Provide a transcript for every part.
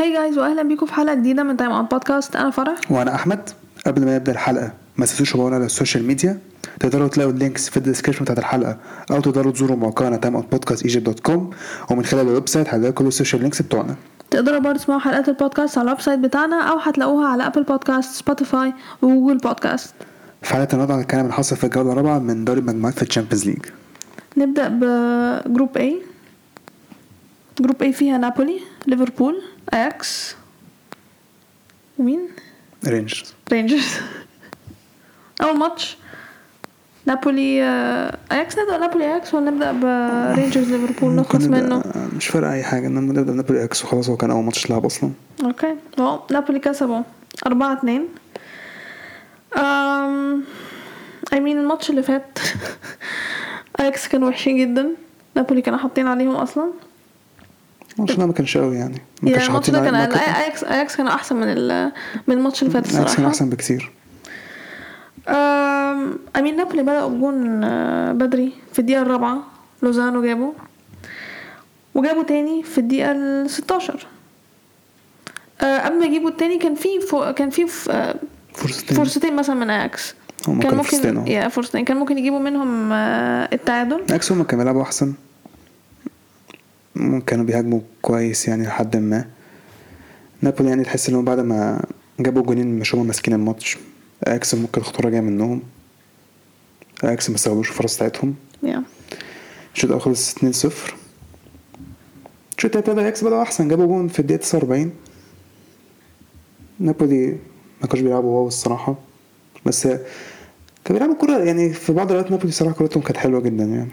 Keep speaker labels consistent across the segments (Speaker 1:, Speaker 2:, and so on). Speaker 1: هاي جايز واهلا بيكم في حلقه جديده من تايم اوت بودكاست انا فرح
Speaker 2: وانا احمد قبل ما نبدا الحلقه ما تنسوش تابعونا على السوشيال ميديا تقدروا تلاقوا اللينكس في الديسكربشن بتاعت الحلقه او تقدروا تزوروا موقعنا تايم اوت بودكاست ايجيبت دوت كوم ومن خلال الويب سايت هتلاقوا كل السوشيال لينكس بتوعنا
Speaker 1: تقدروا برضه تسمعوا حلقات البودكاست على الويب سايت بتاعنا او هتلاقوها على ابل بودكاست سبوتيفاي وجوجل بودكاست
Speaker 2: في حلقه النهارده هنتكلم عن حصل في الجوله الرابعه من دوري المجموعات في الشامبيونز ليج
Speaker 1: نبدا بجروب A جروب A فيها نابولي ليفربول اياكس ومين
Speaker 2: رينجرز
Speaker 1: رينجرز اول ماتش نابولي آه، اياكس نبدا نابولي اياكس ولا نبدا برينجرز ليفربول نخلص
Speaker 2: ممكن
Speaker 1: منه
Speaker 2: نبدأ- مش فارقه اي حاجه ان نبدا نابولي اكس وخلاص هو كان اول ماتش لعب اصلا
Speaker 1: اوكي هو نابولي كسبوا أربعة اتنين أم Um, I mean الماتش اللي فات اياكس كانوا وحشين جدا نابولي كانوا حاطين عليهم اصلا
Speaker 2: الماتش ده ما كانش قوي يعني
Speaker 1: يعني
Speaker 2: ما كانش
Speaker 1: الماتش ده
Speaker 2: حاطين
Speaker 1: كان
Speaker 2: عليه- ما
Speaker 1: أقل.
Speaker 2: كان-
Speaker 1: اياكس اياكس كانوا احسن من ال- من الماتش اللي فات
Speaker 2: اياكس كان
Speaker 1: الصراحه
Speaker 2: احسن بكتير
Speaker 1: أم Um, I mean نابولي بدأوا بجون آه، بدري في الدقيقة الرابعة لوزانو جابه وجابوا تاني في الدقيقة ال 16 آه، قبل ما يجيبوا التاني كان في فو- كان في ف- آه،
Speaker 2: فرصتين
Speaker 1: فرصتين مثلا من اياكس
Speaker 2: هم
Speaker 1: كان
Speaker 2: كانوا
Speaker 1: ممكن
Speaker 2: فرصتين أهو.
Speaker 1: يا فرصتين كان ممكن يجيبوا منهم آه، التعادل
Speaker 2: اكس هما كانوا بيلعبوا احسن مم، كانوا بيهاجموا كويس يعني لحد ما نابولي يعني تحس انهم بعد ما جابوا جونين مش هما ماسكين الماتش اكس ممكن الخطوره جايه منهم اكس ما استغلوش الفرص بتاعتهم
Speaker 1: يا
Speaker 2: الشوط الاول خلص 2 0 الشوط التاني ابتدى اكس بدأوا احسن جابوا جون في الدقيقه 49 نابولي ما كانوش بيلعبوا واو الصراحه بس كانوا بيلعبوا كوره يعني في بعض الاوقات نابولي الصراحه كورتهم كانت حلوه جدا يعني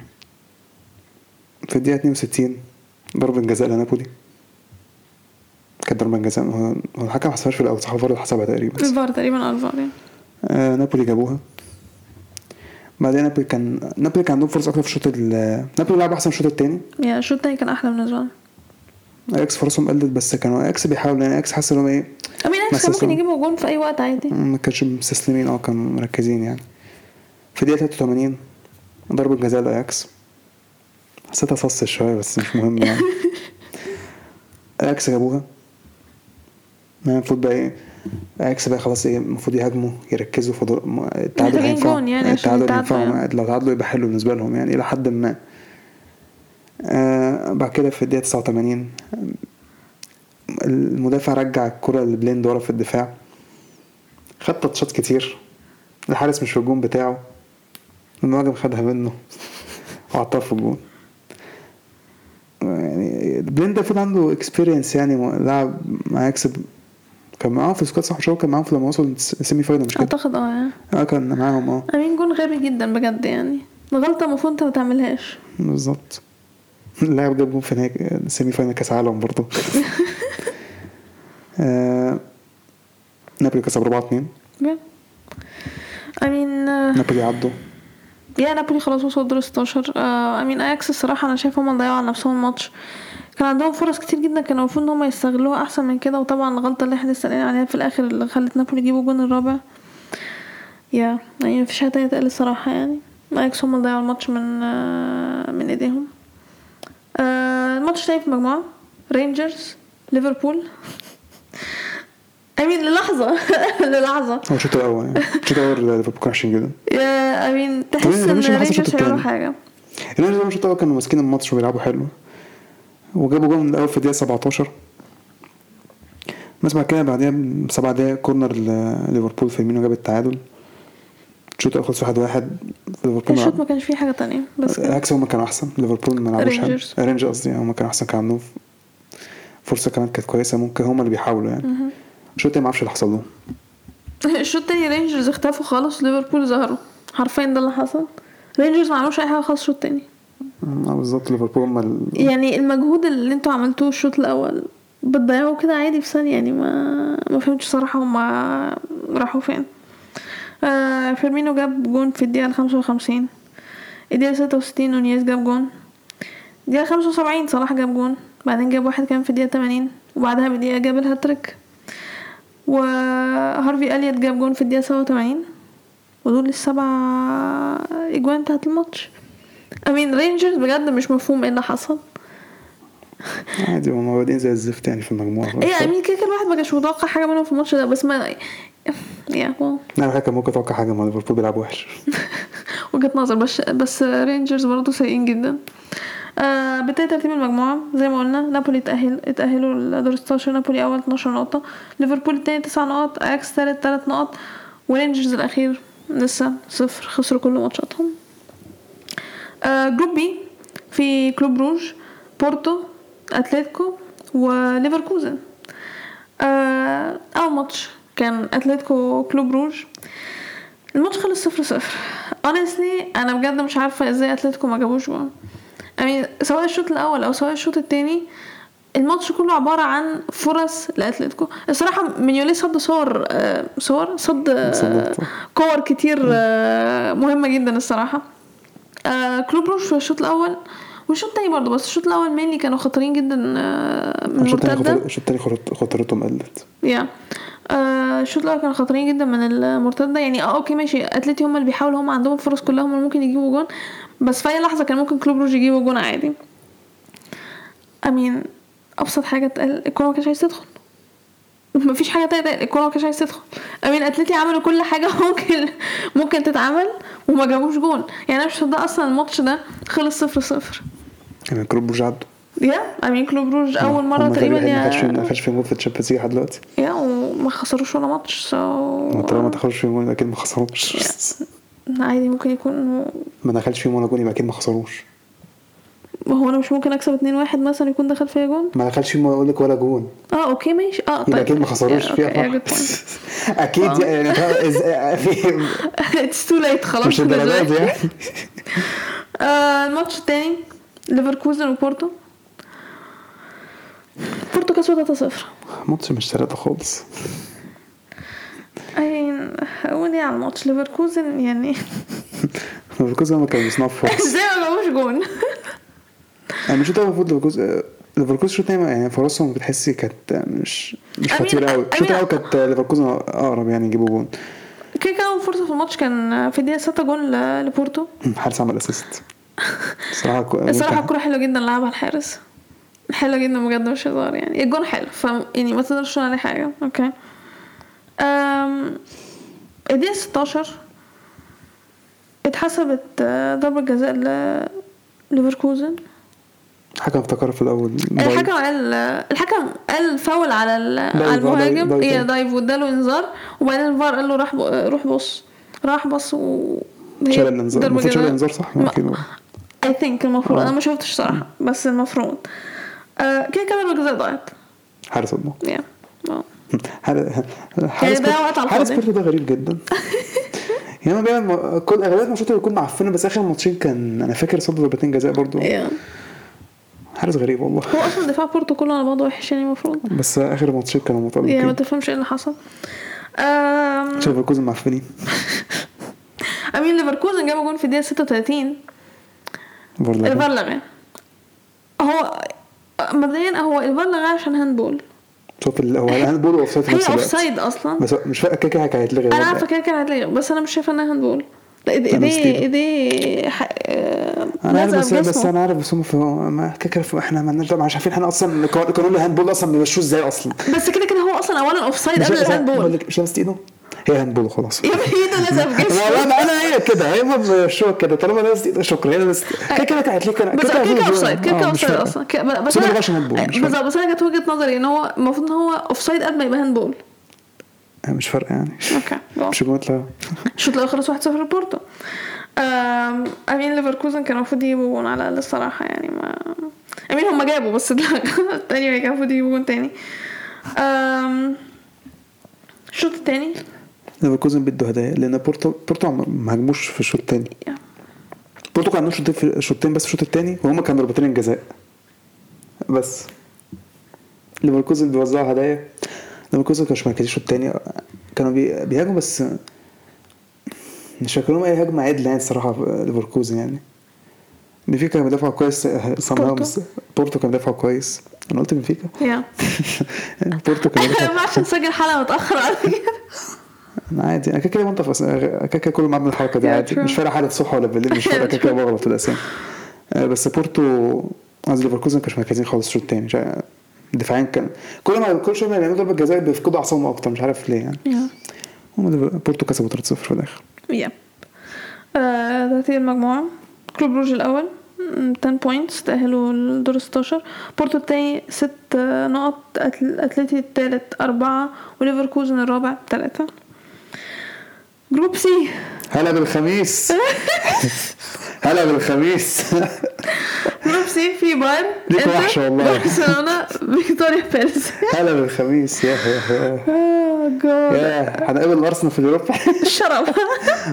Speaker 2: في الدقيقه 62 ضربه جزاء لنابولي كانت ضربه جزاء هو هو الحكم ما حسبهاش في الاول صح الفار اللي حسبها تقريبا
Speaker 1: الفار تقريبا الفار يعني
Speaker 2: آه نابولي جابوها بعدين نابولي كان نابولي كان عندهم فرص اكتر في الشوط ال- نابولي لعب احسن في الشوط التاني
Speaker 1: يا الشوط التاني كان احلى بالنسبه لنا
Speaker 2: اياكس فرصهم قلت بس كانوا اياكس بيحاولوا لان اياكس حاسس انهم ايه
Speaker 1: امين اياكس
Speaker 2: بس
Speaker 1: كان ممكن
Speaker 2: أصلاً-
Speaker 1: يجيبوا جون في اي وقت عادي
Speaker 2: ما كانش مستسلمين اه كانوا مركزين يعني في الدقيقه 83 ضربه جزاء لاياكس حسيتها صص شويه بس مش مهم يعني اياكس جابوها يعني المفروض بقى ايه اياكس بقى خلاص ايه المفروض يهاجموا يركزوا فضل م- التعادل
Speaker 1: محتاجين
Speaker 2: هينفعهم
Speaker 1: جون يعني عشان
Speaker 2: التعادل
Speaker 1: يتعادلوا
Speaker 2: هينفعهم
Speaker 1: يعني.
Speaker 2: لو تعادلوا يبقى حلو بالنسبه لهم يعني الى حد ما آه بعد كده في الدقيقه 89 المدافع رجع الكرة لبليند ورا في الدفاع خد تاتشات كتير الحارس مش في الجون بتاعه المهاجم خدها منه وحطها في الجون يعني بليند المفروض عنده اكسبيرينس يعني مو- لعب مع اكسب كان معاهم في السكواد صح مش هو كان معاهم في لما وصل السيمي فاينل مش كده؟
Speaker 1: اعتقد اه يعني
Speaker 2: اه كان معاهم اه
Speaker 1: امين جون غبي جدا بجد يعني غلطه المفروض انت ما تعملهاش
Speaker 2: بالظبط اللاعب جاب جون في نهائي سيمي فاينال كاس عالم برضه آه، نابولي كسب 4 2
Speaker 1: امين
Speaker 2: نابولي عدوا
Speaker 1: يا نابولي خلاص وصلوا دور 16 آه، امين اياكس الصراحه انا شايف هم ضيعوا على نفسهم الماتش كان عندهم فرص كتير جدا كانوا المفروض ان هم يستغلوها احسن من كده وطبعا الغلطه اللي احنا لسه قايلين عليها في الاخر اللي خلت نابولي يجيبوا الجون الرابع يا يعني مفيش حاجه تانية تقل الصراحه يعني اياكس هم اللي ضيعوا الماتش من آه، من ايديهم آه، الماتش تاني في مجموعه رينجرز ليفربول امين للحظه للحظه
Speaker 2: هو الشوط الاول يعني الشوط الاول ليفربول كان وحشين جدا
Speaker 1: يا امين تحس
Speaker 2: طب
Speaker 1: ان
Speaker 2: مش اللي حصل الشوط
Speaker 1: رينجرز هيعملوا
Speaker 2: التاني؟
Speaker 1: حاجه
Speaker 2: الرينجرز هم الشوط الاول كانوا ماسكين الماتش وبيلعبوا حلو وجابوا جول من الاول في الدقيقه 17 بس بعد كده بعديها بسبع دقايق كورنر ليفربول فيرمينو جاب التعادل الشوط الاول خلص 1-1 ليفربول
Speaker 1: الشوط ما كانش فيه حاجه تانية بس كده.
Speaker 2: العكس هما كانوا احسن ليفربول ما لعبوش حلو
Speaker 1: رينجرز.
Speaker 2: رينج قصدي هما كانوا احسن كان عندهم ف- فرصه كمان كانت كويسه ممكن هما اللي بيحاولوا يعني الشوط التاني ما اعرفش اللي حصل لهم
Speaker 1: الشوط التاني رينجرز اختفوا خالص ليفربول ظهروا حرفيا ده اللي حصل رينجرز ما عملوش اي حاجه خالص الشوط التاني
Speaker 2: اه بالظبط ليفربول هما ال-
Speaker 1: يعني المجهود اللي انتوا عملتوه الشوط الاول بتضيعوه كده عادي في ثانيه يعني ما ما فهمتش صراحه هما راحوا فين آه فيرمينو جاب جون في الدقيقه 55 الدقيقه 66 نونيز جاب جون الدقيقه 75 صلاح جاب جون بعدين جاب واحد كمان في الدقيقه 80 وبعدها بدقيقه جاب الهاتريك وهارفي اليت جاب جون في الدقيقه 87 ودول السبع إيه اجوان بتاعت الماتش امين رينجرز بجد مش مفهوم ايه اللي حصل
Speaker 2: عادي هم بادئين زي الزفت يعني في المجموعة
Speaker 1: ايه يعني كده كده الواحد ما كانش متوقع حاجه منهم في الماتش ده بس ما يا واو.
Speaker 2: انا على فكرة كان ممكن اتوقع حاجة ما ليفربول بيلعب وحش
Speaker 1: وجهه نظر بس بس رينجرز برضه سيئين جدا آه بالتالي ترتيب المجموعة زي ما قلنا نابولي اتأهل اتأهلوا لدور 16 نابولي أول 12 نقطة ليفربول التاني 9 نقط أياكس تالت 3 نقط ورينجرز الأخير لسه صفر خسروا كل ماتشاتهم آه جروب بي في كلوب روج بورتو أتلتيكو وليفركوزن آه أول ماتش كان أتلتيكو كلوب روج الماتش خلص صفر صفر honestly انا بجد مش عارفه ازاي اتلتيكو ما جابوش جون يعني سواء الشوط الاول او سواء الشوط التاني الماتش كله عباره عن فرص لاتلتيكو الصراحه مينيولي صد صور آه، صور صد آه،
Speaker 2: صدت.
Speaker 1: كور كتير آه، مهمه جدا الصراحه آه، كلوب روش في الشوط الاول والشوط التاني برضه بس الشوط الاول مينلي كانوا خطرين جدا آه، من
Speaker 2: الشوط التاني
Speaker 1: المرتده
Speaker 2: خطر- الشوط التاني خطر- خطرتهم قلت
Speaker 1: يا آه، الشوط الاول كانوا خطرانين جدا من المرتده يعني اه اوكي ماشي اتلتي هم اللي بيحاولوا هم عندهم فرص كلها هم اللي ممكن يجيبوا جون بس في اي لحظه كان ممكن كلوب روج يجيبوا جون عادي امين ابسط حاجه اتقال الكوره ما كانش عايز تدخل مفيش حاجه تقدر الكوره ما كانش عايز تدخل امين اتلتي عملوا كل حاجه ممكن ممكن تتعمل وما جابوش جون يعني انا مش مصدقه اصلا الماتش ده خلص صفر صفر
Speaker 2: يعني كلوب بروج عدوا
Speaker 1: يا امين كلوب روج اول
Speaker 2: هم
Speaker 1: مره تقريبا
Speaker 2: الوحيد ما خدش فيهم- ما
Speaker 1: يا
Speaker 2: خدش فيهم جول في الشامبيونز ليج لحد دلوقتي
Speaker 1: يا وما خسروش ولا ماتش
Speaker 2: ما
Speaker 1: so
Speaker 2: طالما ما دخلوش فيهم جول اكيد ما خسروش
Speaker 1: عادي ممكن يكون
Speaker 2: ما دخلش فيهم ولا جول يبقى اكيد ما خسروش
Speaker 1: هو انا مش ممكن اكسب 2 واحد مثلا يكون دخل فيا جون
Speaker 2: ما دخلش فيهم ولا- اقول لك ولا جول
Speaker 1: اه اوكي ماشي اه طيب
Speaker 2: يبقى اكيد ما خسروش
Speaker 1: فيها
Speaker 2: فيها فرق. اكيد
Speaker 1: آه.
Speaker 2: يعني فاهم إز- في-
Speaker 1: اتس تو ليت خلاص
Speaker 2: مش الدرجات
Speaker 1: دلوقتي.
Speaker 2: دي يعني
Speaker 1: آه الماتش التاني ليفركوزن وبورتو بورتو كسبوا 3 0
Speaker 2: ماتش مش ثلاثة خالص
Speaker 1: اقول ايه على الماتش ليفركوزن يعني
Speaker 2: ليفركوزن ما كانوا بيصنعوا فرص
Speaker 1: ازاي ما جابوش جون
Speaker 2: انا مش ده المفروض ليفركوزن ليفركوزن الشوط التاني يعني فرصهم بتحسي كانت مش مش
Speaker 1: أمين-
Speaker 2: خطيرة قوي الشوط
Speaker 1: أمين-
Speaker 2: الاول كانت ليفركوزن اقرب يعني يجيبوا جول
Speaker 1: كده كده اول فرصه في الماتش كان في الدقيقه 6 جون ل- لبورتو
Speaker 2: حارس عمل اسيست الصراحة كو-
Speaker 1: الصراحه
Speaker 2: كان-
Speaker 1: الكوره حلوه جدا لعبها الحارس حلوه جدا بجد مش هزار يعني الجون حلو ف يعني ما تقدرش تقول عليه حاجه اوكي أم... الدقيقه 16 اتحسبت آه، ضربه جزاء ل ليفركوزن
Speaker 2: الحكم افتكر في الاول
Speaker 1: الحكم قال الحكم قال فاول على ال- على
Speaker 2: دايف،
Speaker 1: المهاجم
Speaker 2: دايف،
Speaker 1: يا
Speaker 2: دايف.
Speaker 1: دايف واداله انذار وبعدين الفار قال له راح ب- آه، روح بص راح بص و هي
Speaker 2: شال الانذار
Speaker 1: ضربة
Speaker 2: المفروض شال
Speaker 1: جزاء.
Speaker 2: الانذار صح
Speaker 1: ما-
Speaker 2: ممكن
Speaker 1: اي ثينك المفروض
Speaker 2: آه.
Speaker 1: انا ما شفتش صراحه بس المفروض آه، كده كده الجزاء ضاعت
Speaker 2: حارس الله
Speaker 1: yeah. آه.
Speaker 2: حارس حارس
Speaker 1: يعني ده وقت على
Speaker 2: حارس
Speaker 1: الفاضي.
Speaker 2: بيرتو ده غريب جدا يعني أنا بيعمل كل اغلبيه ماتشاته بيكون معفنه بس اخر ماتشين كان انا فاكر صد ضربتين جزاء برضو
Speaker 1: yeah.
Speaker 2: حارس غريب والله
Speaker 1: هو اصلا دفاع بورتو كله على بعضه وحش يعني المفروض
Speaker 2: بس اخر ماتشين كانوا
Speaker 1: يعني ما
Speaker 2: متالقين
Speaker 1: تفهمش ايه اللي حصل آم،
Speaker 2: شايف ليفركوزن معفنين
Speaker 1: امين ليفركوزن جاب جون في الدقيقه 36
Speaker 2: برضه
Speaker 1: الفار لغاه هو مبدئيا هو الفار لغاه عشان هاندبول
Speaker 2: شوف ال- هو هاندبول واوف سايد في
Speaker 1: هي
Speaker 2: نفس
Speaker 1: اوف
Speaker 2: الوقت
Speaker 1: سايد اصلا
Speaker 2: بس مش فاكر كده كده كانت هيتلغي
Speaker 1: انا
Speaker 2: ولا
Speaker 1: عارفه
Speaker 2: إيه.
Speaker 1: كده كده هتلاقي بس انا مش شايفه انها هاندبول لا ايديه
Speaker 2: أنا
Speaker 1: ايديه
Speaker 2: ستيل.
Speaker 1: ايديه ح- آه،
Speaker 2: انا عارف
Speaker 1: لازقة
Speaker 2: بس
Speaker 1: في
Speaker 2: بس
Speaker 1: جسمه.
Speaker 2: انا عارف بس هم في ما كده كده احنا ما لناش دعوة، مش عارفين احنا اصلا القانون- قانون الهاندبول اصلا بيمشوه ازاي اصلا
Speaker 1: بس كده كده هو اصلا اولا اوف سايد
Speaker 2: مش
Speaker 1: إيه، قبل
Speaker 2: مش- بقول
Speaker 1: الهاندبول
Speaker 2: لك مش لابس ايده هي هاندبول خلاص
Speaker 1: يا إيه ابني ايده لازقه في
Speaker 2: لا
Speaker 1: جسمه
Speaker 2: لا ما إيه. انا هي كده هي مشوه كده طالما لابس ايده شكرا هي بس كده كده كانت ليك
Speaker 1: بس كده كده اوف سايد
Speaker 2: آه،
Speaker 1: كده كده اوف سايد اصلا كده- بس
Speaker 2: بس هو ما جابش هاند بول، مش فارقة.
Speaker 1: بالظبط بس انا كانت وجهه نظري ان هو المفروض ان هو اوف سايد قبل ما يبقى هاند بول
Speaker 2: مش فارقه يعني
Speaker 1: اوكي واو.
Speaker 2: مش جمله
Speaker 1: الشوط الاول خلص 1-0 لبورتو أم، امين ليفركوزن كان المفروض يجيبوا جون على الاقل الصراحه يعني ما امين هم جابوا بس اتلغى. التاني كان المفروض يجيبوا جون تاني أم، الشوط التاني
Speaker 2: ليفركوزن بيدوا هدايا لان بورتو بورتو ما- ما هاجموش في الشوط الثاني
Speaker 1: يا.
Speaker 2: بورتو كان عندهم شوطين في شوطين بس في الشوط الثاني وهما كانوا ضربتين الجزاء بس ليفركوزن بيوزعوا هدايا ليفركوزن كانوا مركزين الشوط الثاني كانوا بي- بيهاجموا بس مش فاكر لهم اي هجمه عدله يعني الصراحه في ليفركوزن يعني بنفيكا كان بيدافع كويس somehow، بس بورتو كان بيدافع كويس انا قلت بنفيكا
Speaker 1: يا
Speaker 2: بورتو كان
Speaker 1: ما
Speaker 2: بيدافع
Speaker 1: ينفعش نسجل حلقه متاخر على كده
Speaker 2: انا عادي انا كده كده بنطق في أس- كده كده كل ما اعمل الحركه دي
Speaker 1: Yeah,
Speaker 2: عادي
Speaker 1: true.
Speaker 2: مش فارقه حاله صبح ولا بالليل مش فارقه كده كده بغلط في الاسامي آه، بس بورتو قصدي ليفركوزن ما كانوش مركزين خالص الشوط التاني مش عارف- دفاعيا كان كل ما كل شويه ما يعملوا ضربه جزاء بيفقدوا اعصابهم اكتر مش عارف ليه يعني
Speaker 1: يا
Speaker 2: هم دل- بورتو كسبوا 3-0 في الاخر
Speaker 1: يب آه، ترتيب المجموعة كلوب بروج الأول م، 10 بوينتس تأهلوا لدور 16 بورتو التاني ست آه، نقط أتل- أتلتي التالت أربعة وليفركوزن الرابع تلاتة جروب سي
Speaker 2: هلا بالخميس هلا بالخميس
Speaker 1: جروب سي في بايرن
Speaker 2: ليكوا
Speaker 1: إنتر،
Speaker 2: وحشة والله.
Speaker 1: برشلونة فيكتوريا باريس
Speaker 2: هلا بالخميس يا يا
Speaker 1: اه
Speaker 2: Oh
Speaker 1: جاد
Speaker 2: يا هنقابل ارسنال في اليوروبا
Speaker 1: الشرف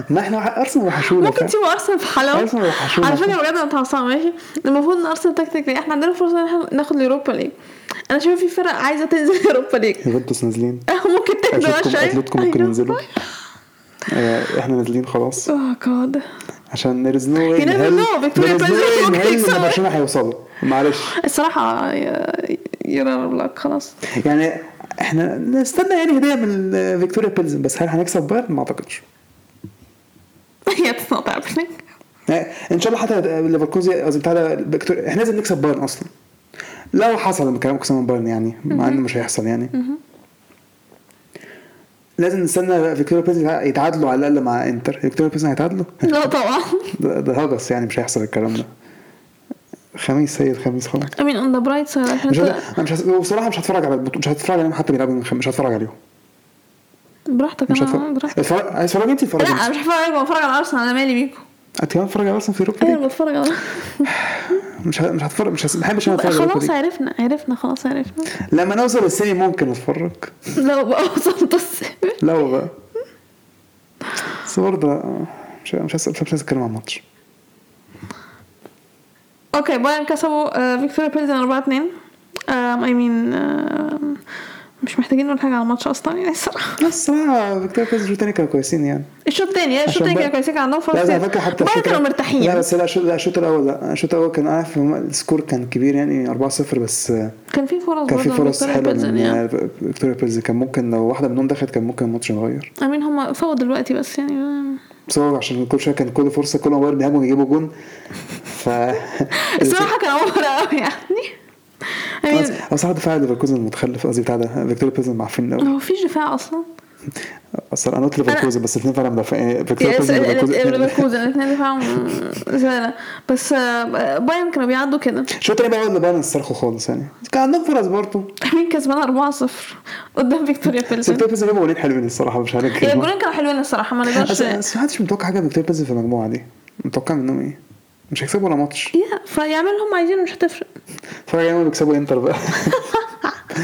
Speaker 2: ما احنا ارسنال وحشونا
Speaker 1: ممكن تيجي ارسنال في حلاوه
Speaker 2: أرسنال وحشونا.
Speaker 1: على فكره بجد انا متعصبه ماشي المفروض ان ارسنال تكتيكلي احنا عندنا فرصه ان احنا ناخد اليوروبا ليج انا شايفه في فرق عايزه تنزل اليوروبا ليج
Speaker 2: يوفنتوس نازلين
Speaker 1: ممكن أيوة. تهدى بقى
Speaker 2: اتلتيكو
Speaker 1: شويه
Speaker 2: اتلتيكو ممكن ينزلوا آه، احنا نازلين خلاص
Speaker 1: اوه جاد
Speaker 2: عشان there is no way
Speaker 1: You
Speaker 2: in
Speaker 1: never know.
Speaker 2: hell-
Speaker 1: فيكتوريا
Speaker 2: there is no
Speaker 1: باريس
Speaker 2: way in
Speaker 1: ممكن
Speaker 2: hell إن
Speaker 1: يكسبوا.
Speaker 2: برشلونه هيوصلوا معلش
Speaker 1: الصراحه يرى بلاك خلاص
Speaker 2: يعني احنا نستنى يعني هديه من آه، فيكتوريا بيلزن بس هل هنكسب بايرن ما اعتقدش
Speaker 1: هي اتس نوت هابينج
Speaker 2: يعني ان شاء الله حتى ليفركوزي قصدي بتاع ده فيكتوريا احنا لازم نكسب بايرن اصلا لو حصل الكلام كسبنا من بايرن يعني مع انه مش هيحصل يعني لازم نستنى فيكتوريا بيلزن يتعادلوا على الاقل مع انتر فيكتوريا بيلزن هيتعادلوا
Speaker 1: لا طبعا
Speaker 2: ده ده هجس يعني مش هيحصل الكلام ده خميس هي الخميس خلاص
Speaker 1: I mean on the bright side عشان
Speaker 2: مش هت...
Speaker 1: أنت-
Speaker 2: انا مش هت... بصراحه مش هتفرج على البطو... مش هتفرج عليهم حتى بيلعبوا يوم الخميس مش هتفرج عليهم
Speaker 1: براحتك
Speaker 2: مش
Speaker 1: انا
Speaker 2: هتفرج
Speaker 1: آه، براحتك
Speaker 2: اتفرج عايز تتفرج انت اتفرج
Speaker 1: لا
Speaker 2: انت
Speaker 1: أنا مش هتفرج عليكم بتفرج على ارسنال انا مالي بيكم
Speaker 2: انت كمان بتتفرج على ارسنال في اوروبا
Speaker 1: ايوه
Speaker 2: ليج؟
Speaker 1: أنا بتفرج على
Speaker 2: مش ه... مش هتفرج مش هس- ما بحبش انا اتفرج على
Speaker 1: خلاص
Speaker 2: اوروبا ليج.
Speaker 1: عرفنا عرفنا خلاص عرفنا
Speaker 2: لما نوصل السيمي ممكن اتفرج
Speaker 1: لو بقى وصلت السبب
Speaker 2: لو بقى بس برضه مش مش هس- مش عايز اتكلم عن الماتش
Speaker 1: اوكي بايرن كسبوا آه، فيكتوريا بيلزن 4 2 اي مين مش محتاجين نقول حاجه على الماتش اصلا يعني الصراحه
Speaker 2: بس الصراحه فيكتوريا بيلز الشوط الثاني كانوا كويسين يعني
Speaker 1: الشوط الثاني يعني الشوط
Speaker 2: عشان
Speaker 1: الثاني كانوا
Speaker 2: بقى-
Speaker 1: كويسين كان عندهم فرص
Speaker 2: لا بس على
Speaker 1: كتير.
Speaker 2: فكره حتى
Speaker 1: بايرن
Speaker 2: الشوط
Speaker 1: كانوا
Speaker 2: الأول-
Speaker 1: مرتاحين
Speaker 2: لا بس لا الشوط لا، الشوط الاول لا الشوط الاول كان عارف هم- السكور كان كبير يعني 4-0 بس آه،
Speaker 1: كان في فرص
Speaker 2: كان في
Speaker 1: برضه
Speaker 2: فرص
Speaker 1: لفيكتوريا
Speaker 2: حلوه
Speaker 1: بيلزن
Speaker 2: من
Speaker 1: يعني
Speaker 2: آه، فيكتوريا بيلز كان ممكن لو واحده منهم دخلت كان ممكن الماتش يتغير
Speaker 1: اي مين هم فوق دلوقتي بس يعني آه.
Speaker 2: بس هو عشان كل شويه كان كل فرصه كل ما بايرن بيهاجموا يجيبوا جون ف
Speaker 1: الصراحه كان اوفر قوي يعني I mean،
Speaker 2: أصل- اصل دفاع ليفركوزن المتخلف قصدي بتاع ده فيكتوريا بيزن معفن قوي
Speaker 1: هو مفيش دفاع اصلا
Speaker 2: اصل انا قلت ليفركوزن بس الاثنين فعلا مدافعين فيكتوريا
Speaker 1: يس-
Speaker 2: بيزن ليفركوزن
Speaker 1: ليفركوزن الاثنين دفاعهم زباله بس آه، بايرن كانوا بيعدوا كده
Speaker 2: شو تاني بقى اللي بايرن الصرخوا خالص يعني كان عندهم فرص برضه
Speaker 1: مين كسبان 4-0 قدام فيكتوريا
Speaker 2: بس
Speaker 1: بيلزن
Speaker 2: فيكتوريا بيزن جابوا جولين حلوين الصراحه مش
Speaker 1: هي
Speaker 2: هنتكلم
Speaker 1: الجولين كانوا حلوين الصراحه ما نقدرش
Speaker 2: اصل أصل يعني محدش متوقع حاجه من فيكتوريا بيزن في المجموعه دي متوقع منهم ايه؟ مش هيكسبوا ولا ماتش
Speaker 1: يا فيعمل هم عايزينه مش هتفرق
Speaker 2: اتفرج عليهم بيكسبوا انتر بقى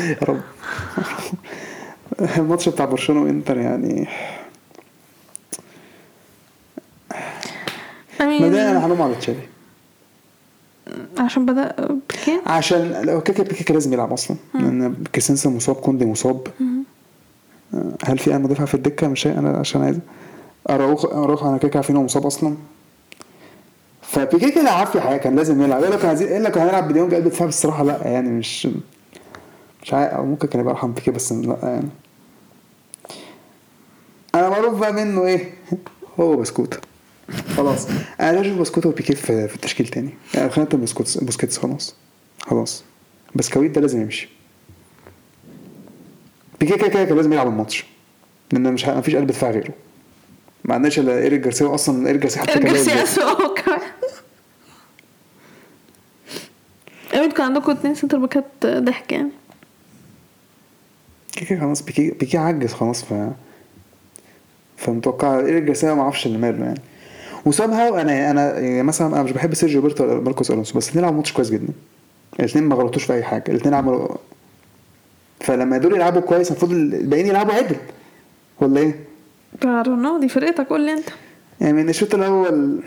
Speaker 2: يا رب الماتش بتاع برشلونه وانتر يعني مبدئيا انا
Speaker 1: امين
Speaker 2: هلوم على تشافي
Speaker 1: عشان بدا بكين
Speaker 2: عشان لو كيكا بيكا لازم يلعب اصلا لان كريسنسا مصاب كوندي مصاب آه، هل في اي مدافع في الدكه مش هي- انا عشان عايز اراوخ اراوخ انا كيكا عارفين هو مصاب اصلا فبيكي كده عافية حقيقة كان لازم يلعب الا كان عايزين الا كان هنلعب بديونج قلب دفاع الصراحة لا يعني مش مش عارف او ممكن كان يبقى ارحم بيكي بس لا يعني انا معروف بقى منه ايه هو بسكوت خلاص انا لا اشوف بسكوت وبيكيه في في التشكيل تاني يعني خلينا نقول بسكوت بسكيتس خلاص خلاص بسكويت ده لازم يمشي بيكيه كده كده كان لازم يلعب الماتش لان مش ه- مفيش قلب دفاع غيره ما عندناش الا ايريك جارسيا اصلا ايريك جارسيا حتى كان لازم
Speaker 1: جارسيا اسوء كمان امين كان عندكم اتنين سنتر باكات ضحك يعني
Speaker 2: بيكي خلاص بيكي بيكي عجز خلاص ف فمتوقع ايريك جارسيا ما اعرفش اللي ماله يعني وسام هاو انا انا يعني مثلا انا مش بحب سيرجيو روبرتو ولا ماركوس الونسو بس الاثنين لعبوا ماتش كويس جدا الاثنين ما غلطوش في اي حاجه الاثنين عملوا فلما دول يلعبوا كويس المفروض الباقيين يلعبوا عدل ولا ايه؟
Speaker 1: رونالدو دي فرقتك قول لي انت
Speaker 2: يعني من الشوط الاول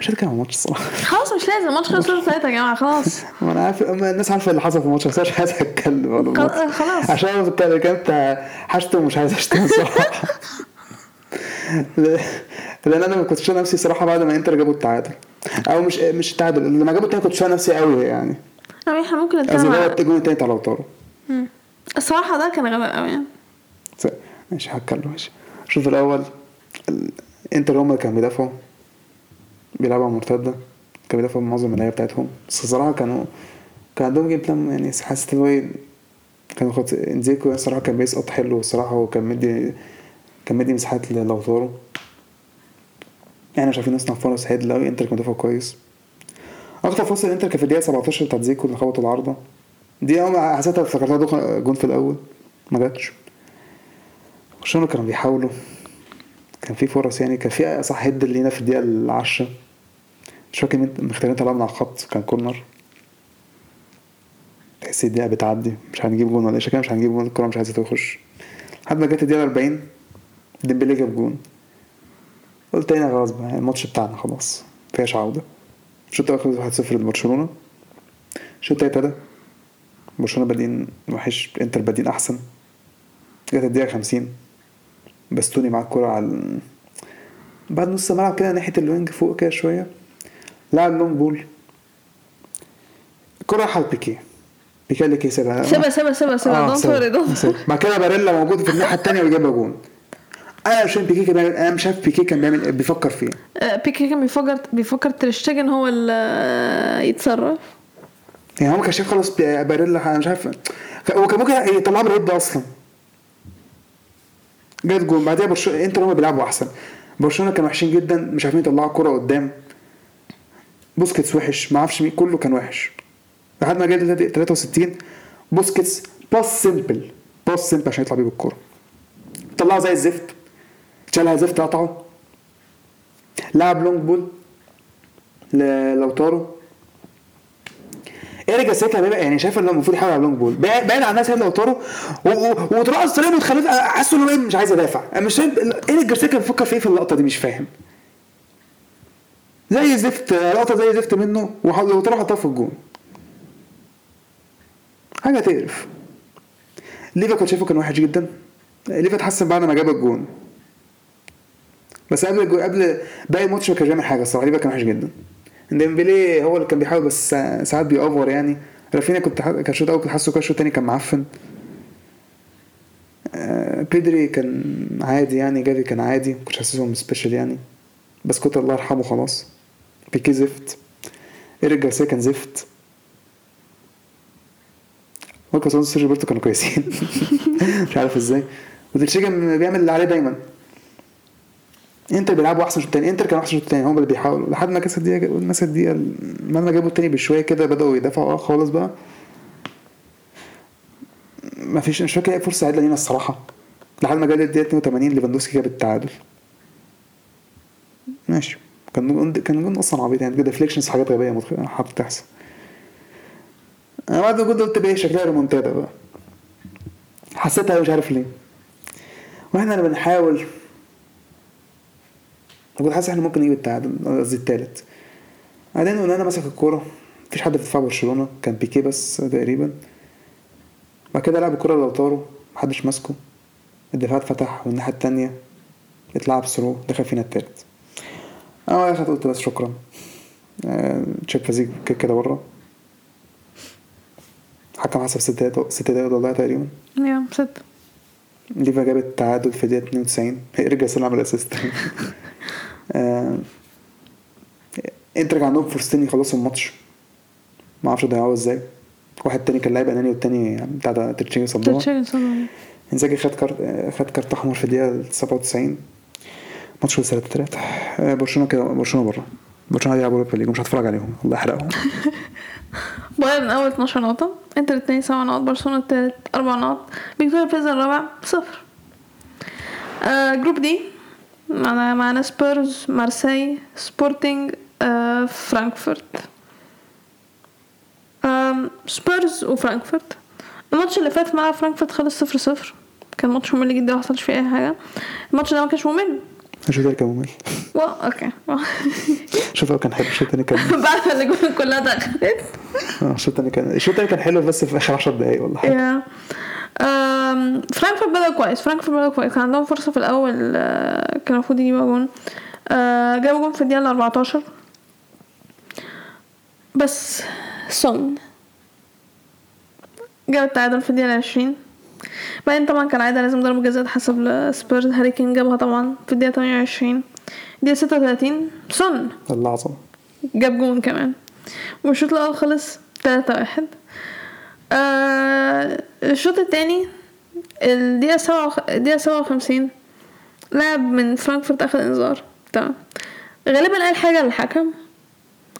Speaker 2: مش هتكلم عن الماتش الصراحه
Speaker 1: خلاص مش لازم الماتش خلص صفر ثلاثة يا جماعه خلاص
Speaker 2: ما انا عارف ما الناس عارفه اللي حصل في الماتش بس أنا مش عايز اتكلم عن الماتش.
Speaker 1: خلاص.
Speaker 2: عشان انا بتكلم كان بتاع حشته ومش عايز اشتم الصراحه ل- لان انا ما كنتش شايف نفسي صراحه بعد ما انتر جابوا التعادل او مش مش التعادل لما جابوا التعادل كنت شايف نفسي قوي يعني
Speaker 1: امين احنا ممكن
Speaker 2: قصدي
Speaker 1: نتكلم
Speaker 2: اللي هو
Speaker 1: على
Speaker 2: الجون التاني بتاع لوتارو
Speaker 1: مم. الصراحه ده كان غباء قوي يعني
Speaker 2: س- ماشي هتكلم ماشي الشوط الاول ال- انتر هم اللي كانوا بيدافعوا بيلعبوا على المرتده كانوا بيدافعوا معظم اللعيبه بتاعتهم بس الصراحه كانوا كان عندهم جيم بلان يعني حاسس ان هو كانوا خط انزيكو الصراحه كان بيسقط حلو الصراحه وكان مدي كان مدي مساحات للوتارو يعني مش عارفين نصنع فرص هيد لو انتر كان مدافع كويس اخطر فرصه الانتر كان في الدقيقه 17 بتاعت زيكو اللي خبط العارضه دي اول ما حسيتها افتكرتها دوخ- جون في الاول ما جاتش برشلونه كانوا بيحاولوا كان في فرص يعني كان في صح هيد اللي هنا في الدقيقه ال 10 مش فاكر مين مختارين طلع من على الخط كان كورنر تحس الدقيقه بتعدي مش هنجيب جون ولا إيه، شكلنا مش هنجيب جون الكوره مش عايزه تخش لحد ما جت الدقيقه 40 ديمبلي جاب جون قلت هنا خلاص بقى الماتش بتاعنا خلاص مفيهاش عوده الشوط الاول خلص 1-0 لبرشلونه الشوط التاني ابتدى برشلونه بادئين وحش انتر بادئين احسن جت الدقيقه 50 باستوني معاه الكوره على ال- بعد نص الملعب كده ناحيه الوينج فوق كده شويه لعب لونج بول الكرة راحت بيكيه بيكيه اللي كسبها
Speaker 1: سيبها سيبها سيبها سيبها
Speaker 2: إيه، آه،
Speaker 1: دونت
Speaker 2: سيبها.
Speaker 1: وري دونت
Speaker 2: سيبها. بعد كده باريلا موجود في الناحيه الثانيه وجابها جون انا مش فاهم بيكيه كان بيعمل انا مش عارف بيكيه كان بيعمل بيفكر فيه
Speaker 1: أه، بيكي كان بيفكر بيفكر ترشتجن هو اللي آه، يتصرف
Speaker 2: يعني هو ما كانش شايف خلاص بي- باريلا انا مش عارف هو كان ممكن يطلعها بالرد اصلا جت جون بعدها برشلونه انتر هم بيلعبوا احسن برشلونه كانوا وحشين جدا مش عارفين يطلعوا الكوره قدام بوسكيتس وحش ما اعرفش مين كله كان وحش لحد ما جت الدقيقة 63 بوسكيتس باس سيمبل باس سيمبل عشان يطلع بيه بالكوره طلعها زي الزفت شالها زفت قطعه لعب لونج بول ل- لوتارو ارجع ساعتها بقى يعني شايف انه المفروض يحاول على لونج بول بعيد بعيد عن الناس لو طاروا وترقص طريقه متخلفه حاسس انه إيه مش عايز يدافع انا مش فاهم ارجع ساعتها كان بيفكر في ايه في اللقطه دي مش فاهم زي زفت لقطه زي زفت منه ولو طاروا حطها في الجون حاجه تقرف ليفا كنت شايفه كان وحش جدا ليفا اتحسن بعد ما جاب الجون بس قبل الجو- قبل باقي الماتش ما كانش بيعمل حاجه الصراحه ليفا كان وحش جدا ديمبلي هو اللي كان بيحاول بس سا- ساعات بيأفور يعني رافينيا كنت ح- كان شوط اول كنت حاسه كويس الشوط التاني كان معفن آه، بيدري كان عادي يعني جافي كان عادي ما كنتش حاسسهم سبيشال يعني بس كنت الله يرحمه خلاص بيكي زفت ايريك جارسيا كان زفت ماركوس الونسو وسيرجيو روبرتو كانوا كويسين مش عارف ازاي وتشيجن بيعمل اللي عليه دايما انتر بيلعبوا احسن شوط تاني انتر كان احسن شوط تاني هم اللي بيحاولوا لحد ما كسر الدقيقه الناس الدقيقه لما ما جابوا التاني بشويه كده بداوا يدافعوا اه خالص بقى ما فيش مش فاكر اي فرصه عدله لينا الصراحه لحد ما جت الدقيقه 82 ليفاندوسكي جاب التعادل ماشي كان جون- كان جون اصلا عبيط يعني ديفليكشنز حاجات غبيه متخ- حابة تحصل انا بعد الجون ده قلت بقى إيه، شكلها ريمونتادا بقى حسيتها مش عارف ليه واحنا اللي بنحاول كنت حاسس احنا ممكن نجيب التعادل قصدي التالت بعدين انا مسك الكوره مفيش حد في دفاع برشلونه كان بيكيه بس تقريبا بعد كده لعب الكوره لوتارو محدش ماسكه الدفاع اتفتح والناحيه التانية اتلعب سرو دخل فينا التالت انا ولا خدت قلت بس شكرا آه، تشيك فازيك كده كده بره حكم حسب ست دقايق ست دقايق والله تقريبا
Speaker 1: يا ست
Speaker 2: ليفا جابت التعادل في دقيقة 92 رجع سلم عمل اسيست آه، انتر كان عندهم فرصتين يخلصوا الماتش ما اعرفش ضيعوها ازاي واحد تاني كان لاعب اناني والتاني يعني بتاع ده تريتشيني صدها
Speaker 1: تشيرن صدمة.
Speaker 2: انزاجي خد كارت آه، خد كارت احمر في الدقيقة 97 ماتش خلص 3 3 برشلونة كده برشلونة بره برشلونة هيلعبوا اوروبا ليج مش هتفرج عليهم الله يحرقهم
Speaker 1: بايرن اول 12 نقطة انتر التاني 7 نقط برشلونة التالت 4 نقط فيكتوريا بليز الرابع صفر آه جروب دي معنا معنا سبيرز مارسي سبورتنج آه فرانكفورت آم، سبيرز وفرانكفورت الماتش اللي فات في ملعب فرانكفورت خلص صفر صفر كان ماتش ممل جدا ما حصلش فيه اي حاجه الماتش ده ما كانش ممل
Speaker 2: الشوط التاني كان ممل
Speaker 1: و... اوكي
Speaker 2: شوف لو كان حلو الشوط التاني كان
Speaker 1: بعد ما الاجوان كلها دخلت
Speaker 2: آه، الشوط التاني كان الشوط التاني كان حلو بس في اخر 10 دقايق ولا حاجة
Speaker 1: يا أم، فرانكفورت بدأوا Um, كويس فرانكفورت بدأوا كويس كان عندهم فرصة في الأول آه، كان المفروض يجيبوا جون آه، جابوا جون في الدقيقة 14 بس سون جاب التعادل في الدقيقة 20 بعدين طبعا كان عادة لازم ضربة جزاء حسب السبيرز هاري كين جابها طبعا في الدقيقة 28 الدقيقة 36 سون
Speaker 2: الله عظمة
Speaker 1: جاب جون كمان والشوط الاول خلص 3 1 آه الشوط التاني الدقيقة سبعة وخ- الدقيقة سبعة وخمسين لاعب من فرانكفورت أخد إنذار تمام غالبا قال حاجة للحكم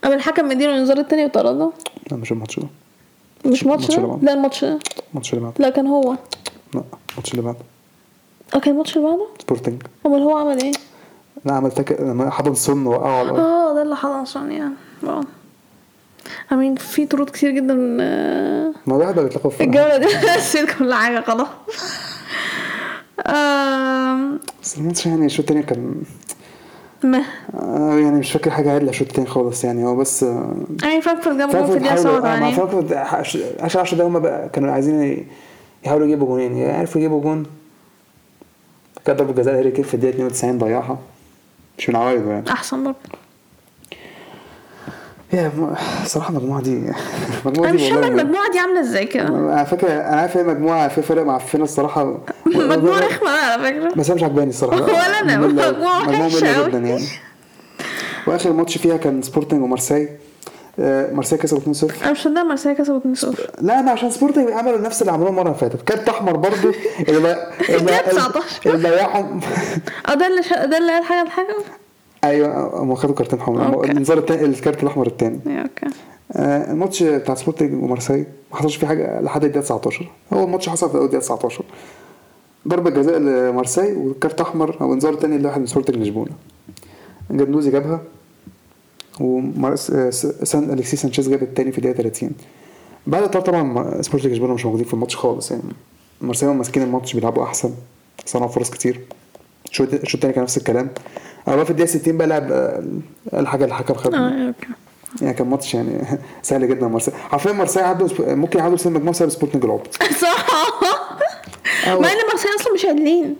Speaker 1: أما الحكم مديله إنذار التاني وطرده
Speaker 2: لا مش الماتش ده
Speaker 1: مش ماتش
Speaker 2: الماتش اللي
Speaker 1: ده
Speaker 2: بعده.
Speaker 1: لا الماتش ده
Speaker 2: الماتش اللي بعده
Speaker 1: لا كان هو
Speaker 2: لا الماتش اللي بعده
Speaker 1: اوكي الماتش اللي بعده
Speaker 2: سبورتنج
Speaker 1: امال هو عمل ايه؟
Speaker 2: لا عمل تك... لما حضن سن وقعه على الارض
Speaker 1: اه ده اللي حصل يعني واو امين في طرود كتير جدا آه،
Speaker 2: ما ده بقى بيتلقى في
Speaker 1: الجولة دي نسيت كل حاجة خلاص آم،
Speaker 2: بس الماتش يعني الشوط التاني كان
Speaker 1: ما
Speaker 2: آه يعني مش فاكر حاجه عدله الشوط التاني خالص يعني هو بس آه،
Speaker 1: يعني فرانكفورت جابوا جول في يعني.
Speaker 2: فرانكفورت
Speaker 1: الدقيقة
Speaker 2: حاولوا آه، مع
Speaker 1: 87
Speaker 2: فرانكفورت عش- عشر عشر دقايق هما بقى كانوا عايزين ي- يحاولوا يجيبوا جونين يعني عرفوا يجيبوا جون كانت ضربة جزاء هاري كين في الدقيقة 92 ضيعها مش من عوايده يعني
Speaker 1: أحسن برضه
Speaker 2: يا م... صراحة المجموعة دي المجموعة
Speaker 1: أنا
Speaker 2: دي
Speaker 1: مش فاهمة
Speaker 2: والله ما-
Speaker 1: المجموعة دي عاملة ازاي كده
Speaker 2: انا فاكر انا عارف هي مجموعة في فرق معفنة الصراحة
Speaker 1: مجموعة رخمة أوي على فكرة
Speaker 2: بس انا مش عجباني الصراحه
Speaker 1: ولا أنا،
Speaker 2: مملة-
Speaker 1: مجموعة وحشة
Speaker 2: مملة
Speaker 1: أوي.
Speaker 2: جدا يعني واخر ماتش فيها كان سبورتنج ومارسي آه، مارسي كسبوا 2-0
Speaker 1: أنا مش مصدقة مارسيليا كسبت 2 0
Speaker 2: لا انا عشان سبورتنج عملوا نفس اللي عملوه المره اللي فاتت كارت احمر برضه اللي ضيع- اللي-
Speaker 1: 19.
Speaker 2: اللي ضيعهم
Speaker 1: اه ده اللي شا... ده اللي قال حاجة الحكم؟
Speaker 2: ايوه هم خدوا كارتين حمر
Speaker 1: أوكي.
Speaker 2: الانذار التاني الكارت الاحمر الثاني
Speaker 1: يا اوكي
Speaker 2: آه، الماتش بتاع سبورتنج ومارسي ما حصلش فيه حاجه لحد الدقيقه 19 هو الماتش حصل في اول الدقيقه 19 ضربه جزاء لمارسي والكارت احمر او انذار تاني لواحد من سبورتنج لشبونه جندوزي جابها وسان اليكسي سانشيز جاب التاني في الدقيقه 30 بعد كده طبعا ما- سبورتنج لشبونه مش موجودين في الماتش خالص يعني مارسيلو ماسكين الماتش بيلعبوا احسن صنعوا فرص كتير الشوط الشوط التاني كان نفس الكلام انا بقى في الدقيقه 60 بقى لعب آه، الحاجه اللي الحكم
Speaker 1: اه
Speaker 2: خدها
Speaker 1: يا اوكي
Speaker 2: يعني كان ماتش يعني سهل جدا مارسيل حرفيا مارسيل عدوا سب- ممكن يعدوا سنة مجموعه بسبب سبورتنج العبط
Speaker 1: صح
Speaker 2: أو-
Speaker 1: مع ان مارسيليا اصلا مش قادرين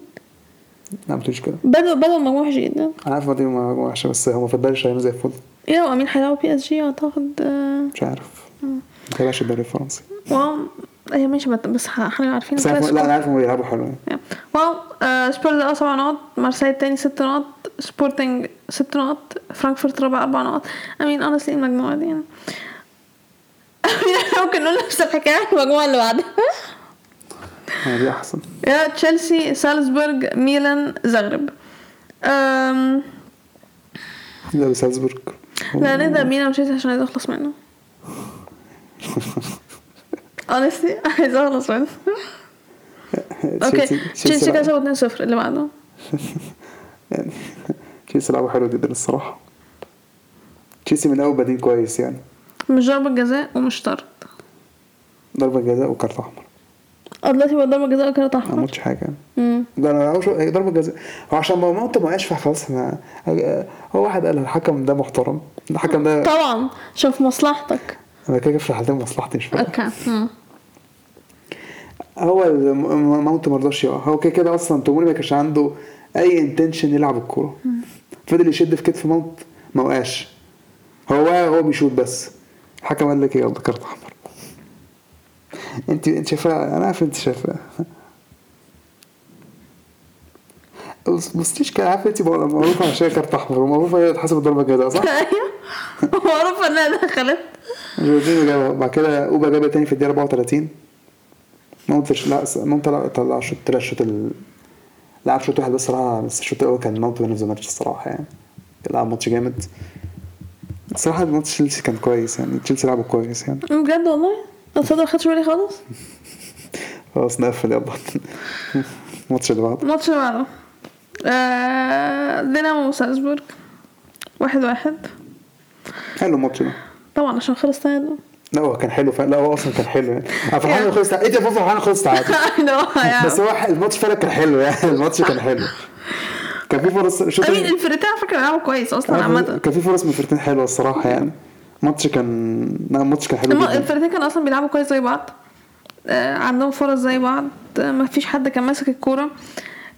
Speaker 2: لا ما تقولش كده
Speaker 1: بدوا بدوا مجموعة وحشة جدا
Speaker 2: انا عارف مدريد مجموعه وحشه بس هو ما فضلش هيعمل زي الفل
Speaker 1: ايه وامين هيلعبوا بي اس جي اعتقد آه،
Speaker 2: مش عارف ما تابعش الدوري الفرنسي
Speaker 1: واو هي ماشي بت- بس ح- احنا عارفين
Speaker 2: بس عارف
Speaker 1: الكلاسيكو.
Speaker 2: لا انا عارف هم بيلعبوا حلو يعني
Speaker 1: يا. واو آه، سبيرز اه سبع نقط مارسيليا التاني ست نقط سبورتنج ست نقط فرانكفورت رابع اربع نقط امين اونستلي المجموعة دي يعني امين احنا ممكن نقول نفس الحكاية عن المجموعة اللي بعدها
Speaker 2: يعني دي احسن
Speaker 1: يا تشيلسي سالزبورج ميلان زغرب أم...
Speaker 2: لا بس هالزبورج
Speaker 1: Um, لا نبدا ميلان وتشيلسي عشان عايز اخلص منه honestly عايز اخلص منه اوكي تشيلسي
Speaker 2: لعبوا-
Speaker 1: كسبوا 2-0 اللي بعده
Speaker 2: يعني تشيلسي لعبوا حلو جدا الصراحه تشيلسي من اول بادين كويس يعني
Speaker 1: مش ضربة جزاء ومش طرد
Speaker 2: ضربه جزاء وكارت احمر
Speaker 1: اه دلوقتي بقى ضربة جزاء وكارت
Speaker 2: ما
Speaker 1: احمر
Speaker 2: عملتش حاجه يعني
Speaker 1: مم.
Speaker 2: ده انا أول شيء- هي ضربه جزاء هو عشان ما موت ما يشفع خلاص احنا هو واحد قال الحكم ده محترم الحكم ده
Speaker 1: طبعا شوف مصلحتك
Speaker 2: انا كده كده في الحالتين مصلحتي مش فارقه
Speaker 1: اوكي مم.
Speaker 2: هو الم- م- ماونت ما رضاش يقع هو كده كده اصلا توموري ما كانش عنده اي انتنشن يلعب الكوره فضل يشد في كتف ماونت ما وقعش هو وقع هو بيشوط بس الحكم قال لك ايه يلا كارت احمر انت انت شايفها انا عارف انت شايفها بس- بصيش كده عارف انت معروفه عشان كارت احمر ومعروفه هي تحسب ضربه جزاء صح؟
Speaker 1: ايوه معروفة انها دخلت
Speaker 2: جورجينيو جابها بعد كده اوبا جابها تاني في الدقيقة 34 مونت لا مونت لا طلع شوط طلع الشوط ال- لعب شوط واحد بس صراحة بس الشوط الأول كان مونت مان اوف ذا ماتش الصراحة يعني لعب ماتش جامد الصراحة ماتش تشيلسي كان كويس يعني تشيلسي لعبوا كويس يعني
Speaker 1: مم، بجد والله اتصدق ما خدتش بالي خالص
Speaker 2: خلاص نقفل يلا الماتش اللي بعده
Speaker 1: الماتش اللي بعده آه، دينامو وسالزبورج واحد واحد
Speaker 2: حلو الماتش ده
Speaker 1: طبعا عشان خلص تعادل
Speaker 2: لا هو كان حلو فعلا لا هو اصلا كان حلو يعني انا فرحان إنه خلص تعادل ايه ده يا فرحان إنه خلص تعادل بس هو الماتش فعلا كان حلو يعني الماتش كان حلو كان في فرص الشوط
Speaker 1: امين الفرقتين على فكره بيلعبوا كويس اصلا عامه
Speaker 2: طيب، كان في فرص من الفرقتين حلوه الصراحه يعني الماتش كان لا الماتش كان حلو
Speaker 1: هما
Speaker 2: جدا
Speaker 1: الفرقتين كانوا اصلا بيلعبوا كويس زي بعض آه، عندهم فرص زي بعض آه، مفيش حد كان ماسك الكوره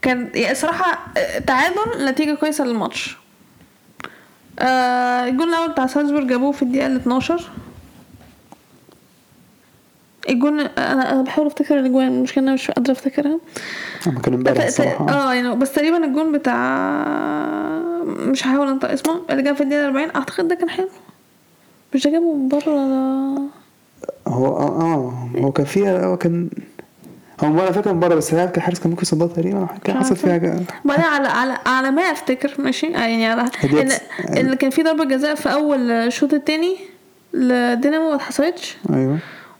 Speaker 1: كان يعني الصراحه آه، تعادل نتيجه كويسه للماتش آه، الجول الاول بتاع سالزبورج جابوه في الدقيقه ال 12 الجون انا أنا بحاول افتكر الاجوان المشكله إن انا مش قادره افتكرها
Speaker 2: اما كان امبارح
Speaker 1: ت- ت-
Speaker 2: الصراحه
Speaker 1: اه يعني بس تقريبا الجون بتاع مش هحاول انطق اسمه اللي جاب في الدقيقه 40 اعتقد ده كان حلو مش ده جابه من بره ده
Speaker 2: هو اه آه، هو كان فيها هو كان هو مباراة فاكر مباراة بس هي الحارس كان ممكن يصدها تقريبا أو حاجة، كان حصل فيها حاجة
Speaker 1: ما انا على على على ما افتكر ماشي آه يعني على ان ان كان في ضربه جزاء في اول الشوط التاني لدينامو ما اتحسبتش
Speaker 2: ايوه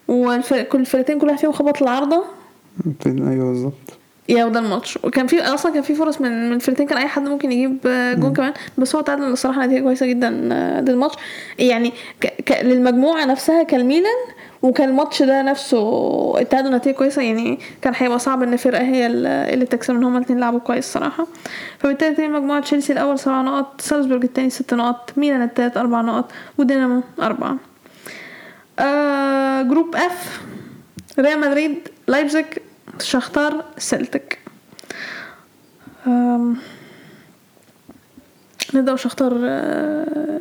Speaker 1: والفرق كل الفرقتين كل واحد فيهم خبط العارضه
Speaker 2: في- ايوه بالظبط
Speaker 1: يا وده الماتش وكان في اصلا كان في فرص من من الفرقتين كان اي حد ممكن يجيب آه، جون كمان بس هو تعادل الصراحه نتيجه كويسه جدا آه، ده الماتش يعني ك... ك... للمجموعه نفسها كان ميلان وكان الماتش ده نفسه التعادل نتيجه كويسه يعني كان هيبقى صعب ان فرقه هي ال- اللي تكسب ان هما الاثنين لعبوا كويس صراحه فبالتالي تاني مجموعه تشيلسي الاول سبع نقط سالزبورج الثاني ست نقط ميلان الثالث اربع نقط ودينامو اربعه آه جروب اف ريال مدريد لايبزيج شختار سلتك آم، نبدأ بشختار آه،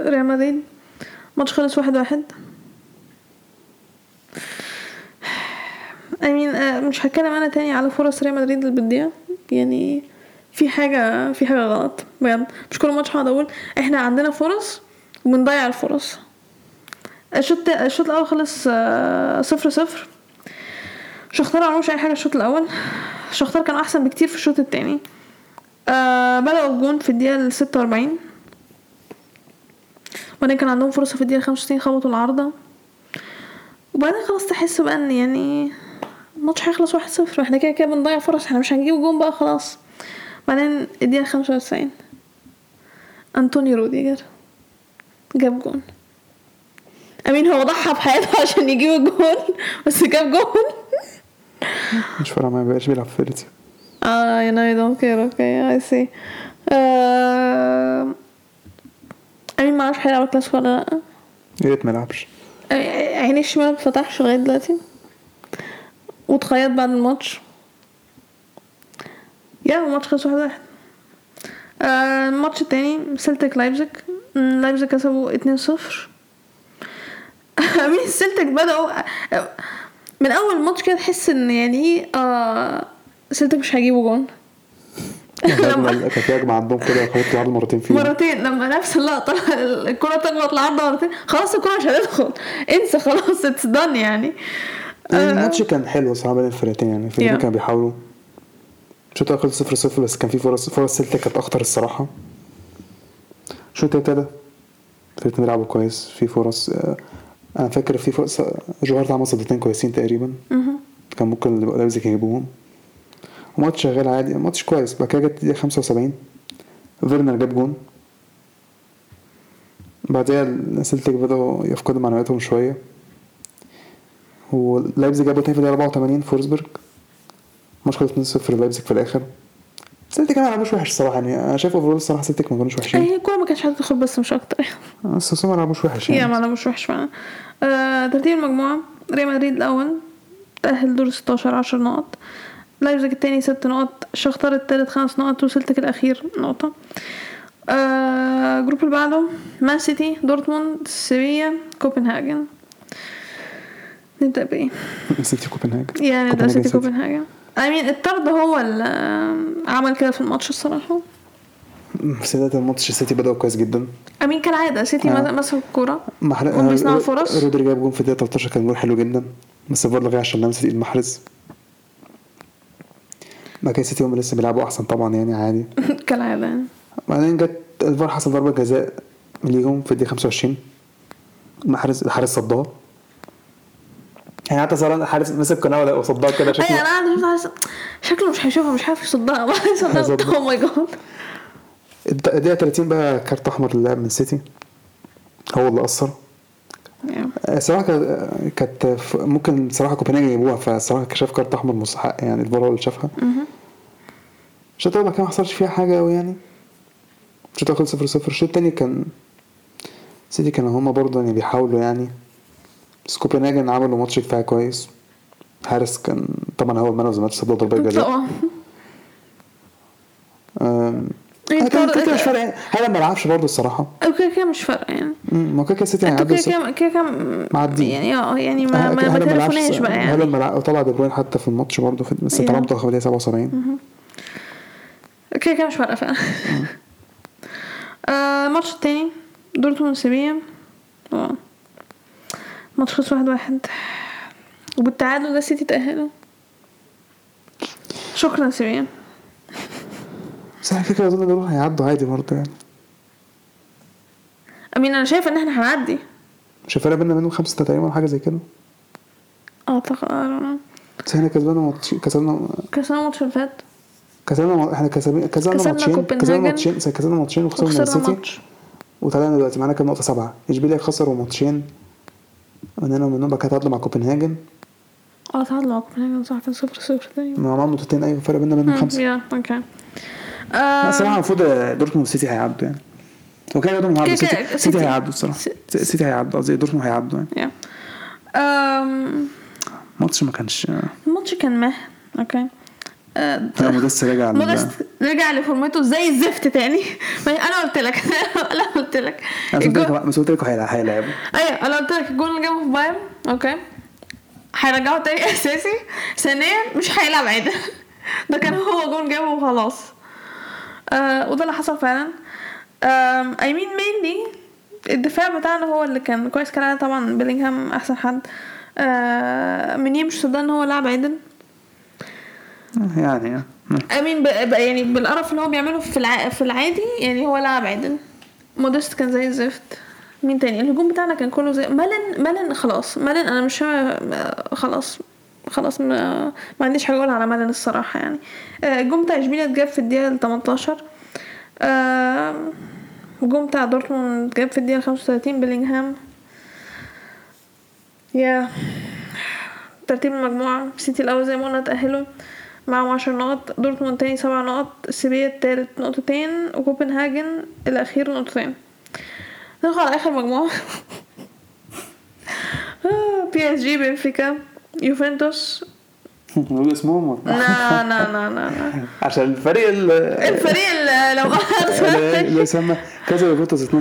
Speaker 1: ريال مدريد ماتش خلص واحد واحد امين آه، مش هتكلم انا تاني على فرص ريال مدريد اللي بتضيع يعني في حاجه في حاجه غلط بجد مش كل ماتش هقعد اقول احنا عندنا فرص وبنضيع الفرص الشوط الشوط الاول خلص آه، صفر صفر شختار ما عملوش اي حاجه الشوط الاول شختار كان احسن بكتير في الشوط التاني آه بدأوا الجون في الدقيقة ال 46 وبعدين كان عندهم فرصة في الدقيقة 65 خبطوا العارضة وبعدين خلاص تحس بقى ان يعني الماتش هيخلص واحد صفر واحنا كده كده بنضيع فرص احنا مش هنجيب جون بقى خلاص بعدين الدقيقة 95 انطوني روديجر جاب جون امين هو ضحى بحياته عشان يجيب الجون بس جاب جون
Speaker 2: مش فارقة معايا مبقاش بيلعب في فرقتي
Speaker 1: Ah, you know you don't care. Okay, I see. Uh, أمين معرفش هيلعب كلاس ولا لأ
Speaker 2: يا ريت ما يلعبش
Speaker 1: آه، عيني الشمال مفتحش لغاية دلوقتي واتخيط بعد الماتش يا الماتش خلص واحد واحد آه، الماتش التاني سلتك لايبزيج مم، لايبزيج كسبوا اتنين صفر مين سلتك بدأوا آه، من أول ماتش كده تحس إن يعني إيه آه، سلتك مش هيجيبوا جون
Speaker 2: يعني
Speaker 1: لما-
Speaker 2: كان في هجمة عندهم كده خبطت العرض مرتين فيه
Speaker 1: مرتين لما نفس اللقطه الكره تخبط العارضه مرتين خلاص الكره مش هتدخل انسى خلاص اتس دان يعني
Speaker 2: يعني الماتش كان حلو صراحة بين الفرقتين يعني الفرقتين
Speaker 1: Yeah.
Speaker 2: كانوا بيحاولوا الشوط الأول خلص 0 0 بس كان في فرص فرص سلتا كانت أخطر الصراحة الشوط التاني ابتدى الفرقتين بيلعبوا كويس في فرص آه، أنا فاكر في فرص جوهر عمل صدتين كويسين تقريبا كان ممكن اللي بقى كان يجيبوهم الماتش شغال عادي الماتش كويس بعد كده جت الدقيقة 75 فيرنر جاب جون بعدها سلتك بدأوا يفقدوا معنوياتهم شوية ولايبزيج جابوا تاني في الدقيقة 84 فورسبرج ماتش خلص 2-0 لايبزيج في الآخر سلتك ما لعبوش وحش الصراحة يعني أنا شايف أوفرول الصراحة سلتك ما كانوش وحشين
Speaker 1: هي الكره إيه، ما كانتش هتدخل بس مش اكتر
Speaker 2: بس بس ما لعبوش وحش
Speaker 1: يا
Speaker 2: يعني
Speaker 1: معلم مش وحش فعلا آه، ترتيب المجموعه ريال مدريد الاول تاهل دور 16 10 نقط لايبزيج التاني ست نقط شختار التالت خمس نقط وسلتك الاخير نقطه آه، جروب اللي بعده مان سيتي دورتموند سيفيا كوبنهاجن نبدا بايه
Speaker 2: سيتي كوبنهاجن
Speaker 1: يعني ده
Speaker 2: كوبنهاجن
Speaker 1: سيتي
Speaker 2: سيتي.
Speaker 1: كوبنهاجن اي مين الطرد هو اللي عمل كده في الماتش الصراحه
Speaker 2: في بداية الماتش السيتي بدأوا كويس جدا
Speaker 1: امين كالعاده سيتي
Speaker 2: آه.
Speaker 1: مسك الكوره
Speaker 2: ما حرق-
Speaker 1: هم بيصنعوا
Speaker 2: رو-
Speaker 1: فرص.
Speaker 2: رودري جاب جون في الدقيقة 13 كان جول حلو جدا بس الفار لغاه عشان لمسة ايد المحرز ما كان سيتي هم لسه بيلعبوا احسن طبعا يعني عادي
Speaker 1: كالعاده يعني
Speaker 2: بعدين جت الفار حصل ضربة جزاء ليهم في الدقيقة 25 المحرز الحارس صدها يعني حتى صار الحارس مسك قناة وصدها كده
Speaker 1: اي
Speaker 2: شكله
Speaker 1: انا قاعده شفت عارس- شكله مش هيشوفها مش عارف يصدقها ولا يصدقها
Speaker 2: هيصدقها.
Speaker 1: اوه ماي جاد
Speaker 2: الدقيقة 30 بقى كارت احمر للاعب من سيتي هو اللي قصر الصراحه كان- آه، كانت ف- ممكن صراحه كوبنهاجن يجيبوها فالصراحه كان شاف كارت احمر مستحق يعني الفار هو اللي شافها الشوط الاول كان ما حصلش فيها حاجه قوي يعني الشوط الاول 0 0 الشوط الثاني كان سيتي كانوا هما برضه يعني بيحاولوا يعني بس كوبنهاجن عملوا ماتش كفايه كويس حارس كان طبعا هو المان اوف ذا ماتش صدوا ضربه جزاء
Speaker 1: طبعا
Speaker 2: أم، أنا كان كده كده
Speaker 1: آه،
Speaker 2: مش فارق يعني. هالاند ما لعبش برضه الصراحه
Speaker 1: اوكي كده مش فارقه يعني
Speaker 2: أم، ما كده كده سيتي
Speaker 1: انتوا كده كده
Speaker 2: هيعدوا
Speaker 1: كده كده
Speaker 2: معديين.
Speaker 1: يعني اه يعني ما ما, ما تلفوناش بقى
Speaker 2: هلا
Speaker 1: يعني أيوه.
Speaker 2: ما طلع دي بروين حتى في الماتش برضه في بس
Speaker 1: Yeah.
Speaker 2: طلبته في الدقيقه 77
Speaker 1: كده كده مش فارقه فعلا آه، الماتش التاني دورتموند سيبيا اه ماتش خلص واحد واحد وبالتعادل ده سيتي تأهلوا شكرا سيميون
Speaker 2: بس على فكره اظن دول هيعدوا عادي برضه يعني
Speaker 1: امين انا شايفه ان احنا هنعدي
Speaker 2: مش الفرق بيننا منهم خمسه تقريبا حاجه زي كده
Speaker 1: اعتقد انا
Speaker 2: بس احنا كسبنا ماتش كسبنا
Speaker 1: كسبنا الماتش اللي فات
Speaker 2: كسبنا احنا كسبنا كسبنا
Speaker 1: كسبنا
Speaker 2: ماتشين كسبنا
Speaker 1: كوبنهاجن.
Speaker 2: ماتشين كسبنا ماتشين وخسرنا
Speaker 1: وخسرنا
Speaker 2: السيتي
Speaker 1: ماتش
Speaker 2: وطلعنا دلوقتي معانا كام نقطه سبعه اشبيليا خسروا ماتشين واننا منهم بقى تعادلوا مع كوبنهاجن
Speaker 1: اه تعادل مع كوبنهاجن صح كان صفر صفر تاني
Speaker 2: مع معاهم نقطتين ايوه فرق بيننا منهم خمسه
Speaker 1: يا اوكي
Speaker 2: لا،
Speaker 1: آه،
Speaker 2: الصراحه المفروض دورتموند والسيتي هيعدوا يعني هو كده دورتموند هيعدوا
Speaker 1: كده- كده-
Speaker 2: السيتي-
Speaker 1: سيتي.
Speaker 2: السيتي هيعدوا الصراحه
Speaker 1: س-
Speaker 2: السيتي هيعدوا قصدي دورتموند هيعدوا يعني
Speaker 1: يا آم،
Speaker 2: الماتش ما كانش
Speaker 1: الماتش كان مه اوكي آه،
Speaker 2: لا موديست راجع على ال-
Speaker 1: مودست رجع لفورمته زي الزفت تاني ما هي- انا قلت لك انا قلت لك
Speaker 2: أنا بس قلت
Speaker 1: الجون-
Speaker 2: لك- بس قلت لك هيلع- هيلعبوا
Speaker 1: ايوه انا قلت لك الجون اللي جابه في بايرن اوكي هيرجعه تاني اساسي ثانيا مش هيلعب عدل ده كان هو جون جابه وخلاص آه وده اللي حصل فعلا آم، I mean mainly الدفاع بتاعنا هو اللي كان كويس كان عليه طبعا بيلينغهام احسن حد آه منيه مش صدق ان هو لعب عدل
Speaker 2: يعني
Speaker 1: امين ب... ب... يعني بالقرف اللي هو بيعمله في الع... في العادي يعني هو لاعب عدل مودست كان زي الزفت مين تاني الهجوم بتاعنا كان كله زي ملن ملن خلاص ملن انا مش ما- خلاص خلاص ما, ما عنديش حاجه اقول على ملن الصراحه يعني آه، الجون بتاع اشبيليا اتجاب في الدقيقه 18 آه، الجون بتاع دورتموند اتجاب في الدقيقه 35 بيلينغهام يا ترتيب المجموعة سيتي الأول زي ما قلنا تأهلوا معاهم عشر نقط دورتموند تاني سبع نقط سيبيا التالت نقطتين وكوبنهاجن الأخير نقطتين ندخل على آخر مجموعة بي اس جي بنفيكا يوفنتوس
Speaker 2: نقول اسمهم ولا-
Speaker 1: نا نا نا نا نا.
Speaker 2: عشان الفريق ال-
Speaker 1: الفريق اللي لو
Speaker 2: اللي يسمى كذا يوفنتوس 2-0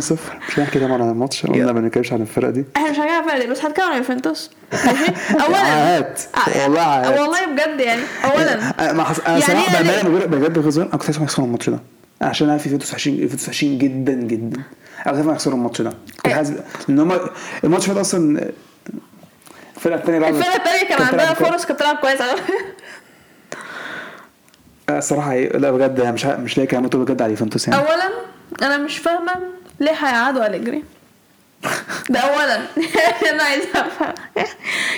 Speaker 2: مش هنحكي طبعا عن الماتش قلنا ما نتكلمش عن الفرقه دي
Speaker 1: احنا مش هنتكلم عن الفريق بس هنتكلم عن يوفنتوس ماشي؟ اولا
Speaker 2: عاهات والله عاهات
Speaker 1: والله بجد يعني اولا
Speaker 2: أنا ما حس... انا
Speaker 1: يعني
Speaker 2: صراحه
Speaker 1: يعني-
Speaker 2: بامانه بقول لك بجد غزوان انا كنت خايف إنهم يخسروا الماتش ده عشان انا في فيتوس وحشين فيتوس وحشين جدا جدا انا كنت خايف إنهم يخسروا الماتش ده كنت حاسس ان هم الماتش فات اصلا الفرقه الثانيه لعبت
Speaker 1: الفرقة التانية كان
Speaker 2: كانت
Speaker 1: عندها
Speaker 2: بتلعب كويس.
Speaker 1: فرص كانت بتلعب كويس على فكرة.
Speaker 2: آه، الصراحه هي- لا بجد أنا مش ه- مش لاقي كلام أقوله بجد على يوفنتوس يعني
Speaker 1: اولا انا مش فاهمه ليه هيقعدوا اليجري ده اولا انا عايزه افهم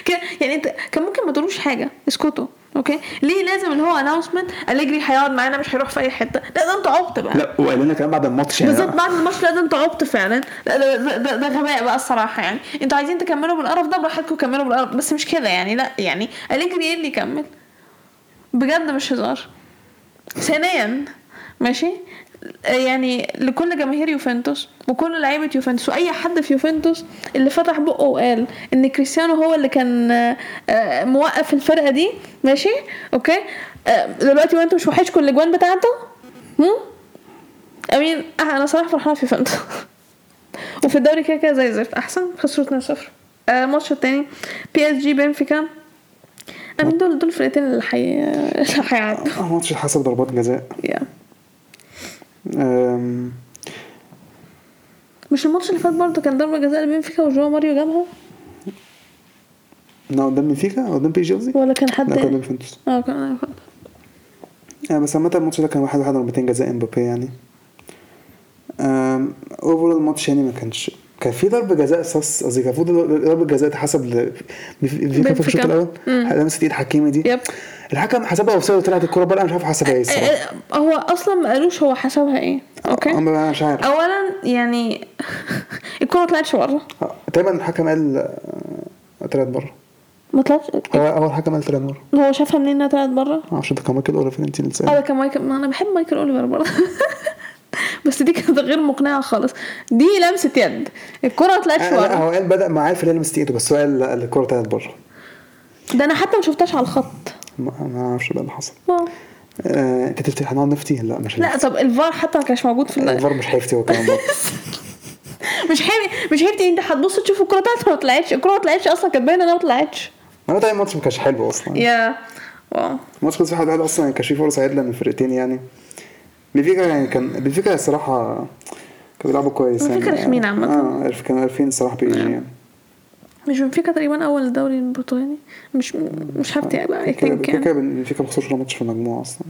Speaker 1: كده- يعني انت كان ممكن ما تقولوش حاجه اسكتوا اوكي ليه لازم اللي هو اناونسمنت اليجري هيقعد معانا مش هيروح في اي حته لا ده انتوا عبط بقى
Speaker 2: لا وقال لنا كلام بعد الماتش يعني
Speaker 1: بالذات بعد الماتش لا ده انتوا عبط فعلا لا ده, ده, ده, ده غباء بقى الصراحه يعني انتوا عايزين تكملوا بالقرف ده براحتكم كملوا بالقرف بس مش كده يعني لا يعني اليجري ايه اللي يكمل بجد مش هزار ثانيا ماشي يعني لكل جماهير يوفنتوس وكل لعيبه يوفنتوس واي حد في يوفنتوس اللي فتح بقه وقال ان كريستيانو هو اللي كان آه، آه، موقف الفرقه دي ماشي اوكي آه، دلوقتي وانتوا مش وحشكم الاجوان بتاعته هم امين آه، انا صراحه فرحانه في فانتو وفي الدوري كده كده زي الزفت احسن خسروا 2-0 آه، الماتش التاني بي اس جي بنفيكا امين دول دول الفرقتين اللي حي اللي هيعدوا
Speaker 2: آه، الماتش حصل ضربات جزاء
Speaker 1: يا
Speaker 2: أم،
Speaker 1: مش الماتش اللي فات برضه كان ضربه جزاء لبنفيكا وجواو ماريو جابها
Speaker 2: انا قدام بنفيكا قدام بي جي قصدي
Speaker 1: ولا كان حد
Speaker 2: لا كان قدام
Speaker 1: تاني؟
Speaker 2: يوفنتوس
Speaker 1: اه كان أيوة، كان.
Speaker 2: آه، بس عامة الماتش ده كان واحد واحد ضربتين جزاء امبابي يعني اوفر الماتش يعني ما كانش كان في ضربة جزاء ساس قصدي كان في ضربة ضربة جزاء اتحسب ل بنفيكا في الشوط
Speaker 1: بنفيكا.
Speaker 2: الاول
Speaker 1: مم.
Speaker 2: لمسة ايد حكيمي دي
Speaker 1: يب
Speaker 2: الحكم حسبها اوفسايد وطلعت الكورة بره أنا مش عارف حسبها ايه الصراحة
Speaker 1: آه، آه، هو اصلا ما قالوش هو حسبها ايه اوكي
Speaker 2: أنا- انا مش عارف
Speaker 1: اولا يعني الكوره ما طلعتش بره
Speaker 2: آه، تقريبا الحكم قال آه، طلعت بره
Speaker 1: ما طلعتش
Speaker 2: هو هو الحكم قال طلعت بره
Speaker 1: هو شافها منين انها طلعت بره
Speaker 2: ما اعرفش ده كان مايكل اوليفر انت اللي
Speaker 1: اه
Speaker 2: سألت.
Speaker 1: ده كان مايكل ما انا بحب مايكل اوليفر برضه بس دي كانت غير مقنعه خالص دي لمسه يد الكره ما طلعتش
Speaker 2: آه، لا
Speaker 1: بره
Speaker 2: هو قال بدأ معاه في اللي هي لمسة ايده بس هو قال لا، الكورة طلعت بره
Speaker 1: ده انا حتى ما شفتهاش على الخط
Speaker 2: ما ما اعرفش بقى اللي حصل
Speaker 1: آه.
Speaker 2: آه، انت تفتكر هنقعد نفتي لا مش
Speaker 1: لا طب الفار حتى ما كانش موجود في ال-
Speaker 2: الفار مش هيفتي هو كمان برضه
Speaker 1: مش حامي مش حبتي انت هتبص تشوف الكره طلعت ولا ما طلعتش الكره ما طلعتش اصلا كانت باينه انها ما طلعتش
Speaker 2: انا طبعا الماتش ما كانش حلو اصلا
Speaker 1: يا واو
Speaker 2: الماتش خلص واحد واحد اصلا يعني ما كانش فيه فرص عدله من الفرقتين يعني بنفيكا يعني كان بنفيكا الصراحه كانوا بيلعبوا كويس
Speaker 1: بنفيكا رخمين عامة.
Speaker 2: اه عارف- كانوا عارفين الصراحه بيجي يعني
Speaker 1: مش بنفيكا تقريبا اول الدوري البرتغالي مش مش هفتي بقى اي
Speaker 2: كده
Speaker 1: ثينك
Speaker 2: كده
Speaker 1: يعني
Speaker 2: كده بنفيكا ما خسرش ولا ماتش في المجموعه اصلا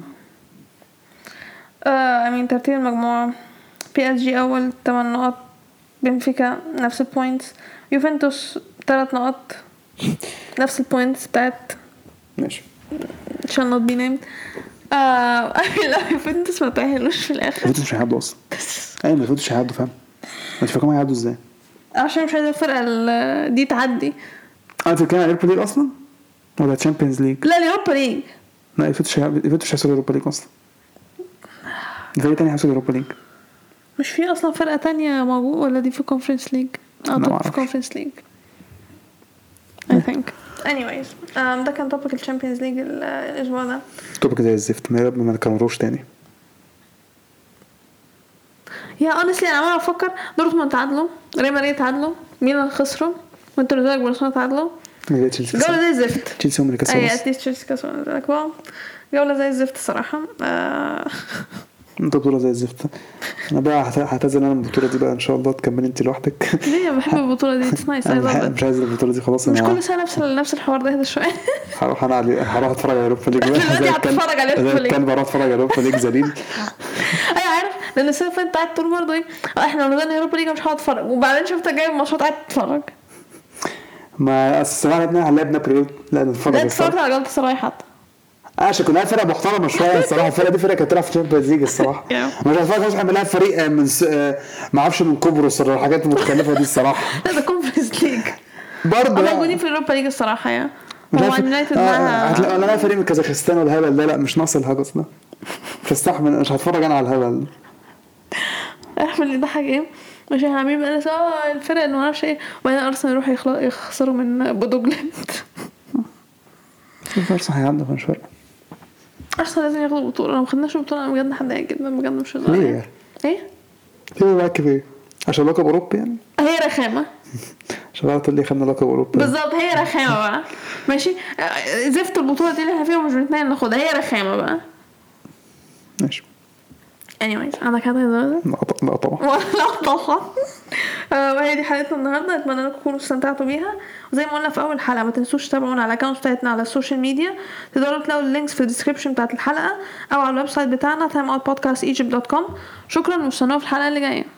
Speaker 1: اه امين ترتيب المجموعة بي اس جي اول 8 نقط بنفيكا نفس البوينتس يوفنتوس 3 نقط نفس البوينتس بتاعت
Speaker 2: ماشي
Speaker 1: shall not be named آه لا يوفنتوس ما تأهلوش في الآخر
Speaker 2: الفوتوش مش هيعدوا اصلا ايوه ما الفوتوش هيعدوا فاهم انت فاكرهم هيعدوا ازاي؟
Speaker 1: عشان مش عايزة الفرقة ال- دي تعدي
Speaker 2: اه انت بتتكلم على اليوروبا ليج اصلا؟ ولا تشامبيونز ليج؟
Speaker 1: لا اليوروبا ليج
Speaker 2: لا الفوتوش هيع- الفوتوش هيحصل اليوروبا ليج اصلا الفريق التاني هيحصل اليوروبا ليج
Speaker 1: مش في أصلا فرقة تانية موجود ولا دي في كونفرنس ليج أعتقد في
Speaker 2: معرفش.
Speaker 1: كونفرنس ليج I think anyways um, ده كان topic الشامبيونز ليج الأسبوع ده
Speaker 2: توبك زي الزفت ما يا رب ما نكرروش تاني
Speaker 1: يا honestly أنا عمالة أفكر دورتموند تعادلوا ريال مدريد تعادلوا ميلان خسروا وانتوا زيك برشلونة تعادلوا
Speaker 2: ما جاتش تشيلسي
Speaker 1: الجولة
Speaker 2: كسبت.
Speaker 1: دي زفت
Speaker 2: تشيلسي هم اللي كسبوا
Speaker 1: اي
Speaker 2: بس.
Speaker 1: اتليست تشيلسي كسبان ذاك بقى جولة زي الزفت الصراحة آه،
Speaker 2: انت بطولة زي الزفت انا بقى هت- هعتزل انا من البطولة دي بقى ان شاء الله تكملي انت لوحدك
Speaker 1: ليه أنا بحب البطولة دي اتس نايس
Speaker 2: انا مش ع-
Speaker 1: اي
Speaker 2: مش عايز البطولة دي خلاص
Speaker 1: مش
Speaker 2: انا
Speaker 1: كل سنة نفس نفس الحوار ده اهدى شوية
Speaker 2: هروح انا على هروح اتفرج على اوروبا ليج بقى
Speaker 1: دلوقتي
Speaker 2: زي الكلب-
Speaker 1: هتتفرج على أوروبا
Speaker 2: زي
Speaker 1: ليج.
Speaker 2: الكلب هروح اتفرج على اوروبا ليج ذليل
Speaker 1: ايوه عارف لأن السنة اللي فاتت قعدت تقول برضه ايه آه، احنا لو بدأنا اوروبا ليج مش هقعد اتفرج وبعدين شفتك جايب ماتشات قاعد تتفرج
Speaker 2: ما أصل الصراحة لعبنا لعبنا بريود لا نتفرج
Speaker 1: لا
Speaker 2: الصراحة.
Speaker 1: اتفرجت على جولة سراي حتى
Speaker 2: اه عشان كلها فرقه محترمه شويه الصراحه الفرقه دي فرقه كانت بتلعب في الشامبيونز ليج الصراحه
Speaker 1: Yeah.
Speaker 2: مش عارف احنا بنلعب فريق آه، من س... آه، ما اعرفش من قبرص ولا الحاجات المختلفه دي الصراحه
Speaker 1: لا ده كونفرنس ليج
Speaker 2: برضه
Speaker 1: هم
Speaker 2: لا.
Speaker 1: موجودين في الاوروبا ليج الصراحة يا
Speaker 2: مش
Speaker 1: هو
Speaker 2: عارف-
Speaker 1: اليونايتد
Speaker 2: آه،
Speaker 1: معاها
Speaker 2: هتلاقي ولا لا فريق من كازاخستان ولا هبل لا لا مش ناقص الهجس ده مش هستحمل مش هتفرج انا على الهبل ده.
Speaker 1: عارف اللي ضحك ايه مش احنا عاملين بقى ناس، اه الفرق اللي معرفش ايه وبعدين ارسنال يروح يخل- يخسروا من بودوجلاند
Speaker 2: الفرصه هيعدي مش فارقه
Speaker 1: ارسنال لازم ياخدوا بطولة لو ما خدناش بطولة انا بجد هتضايق جدا بجد مش هزعل
Speaker 2: ليه
Speaker 1: يعني.
Speaker 2: يعني؟
Speaker 1: ايه؟
Speaker 2: ايه لقب ايه؟ عشان لقب اوروبي يعني
Speaker 1: هي رخامة
Speaker 2: عشان بقى تقول لي خدنا لقب اوروبي
Speaker 1: بالظبط هي رخامة بقى ماشي آه، زفت البطولة دي اللي احنا فيها مش بنتنقل ناخدها هي رخامة بقى
Speaker 2: ماشي
Speaker 1: anyways انا كانت هذا
Speaker 2: لا ط- لا طبعا
Speaker 1: ولا طبعا آه، وهي دي حلقتنا النهارده اتمنى انكم تكونوا استمتعتوا بيها وزي ما قلنا في اول حلقه ما تنسوش تتابعونا على الاكونت بتاعتنا على السوشيال ميديا تقدروا تلاقوا اللينكس في الديسكربشن بتاعت الحلقه او على الويب سايت بتاعنا timeoutpodcastegypt.com شكرا واستنونا في الحلقه اللي جايه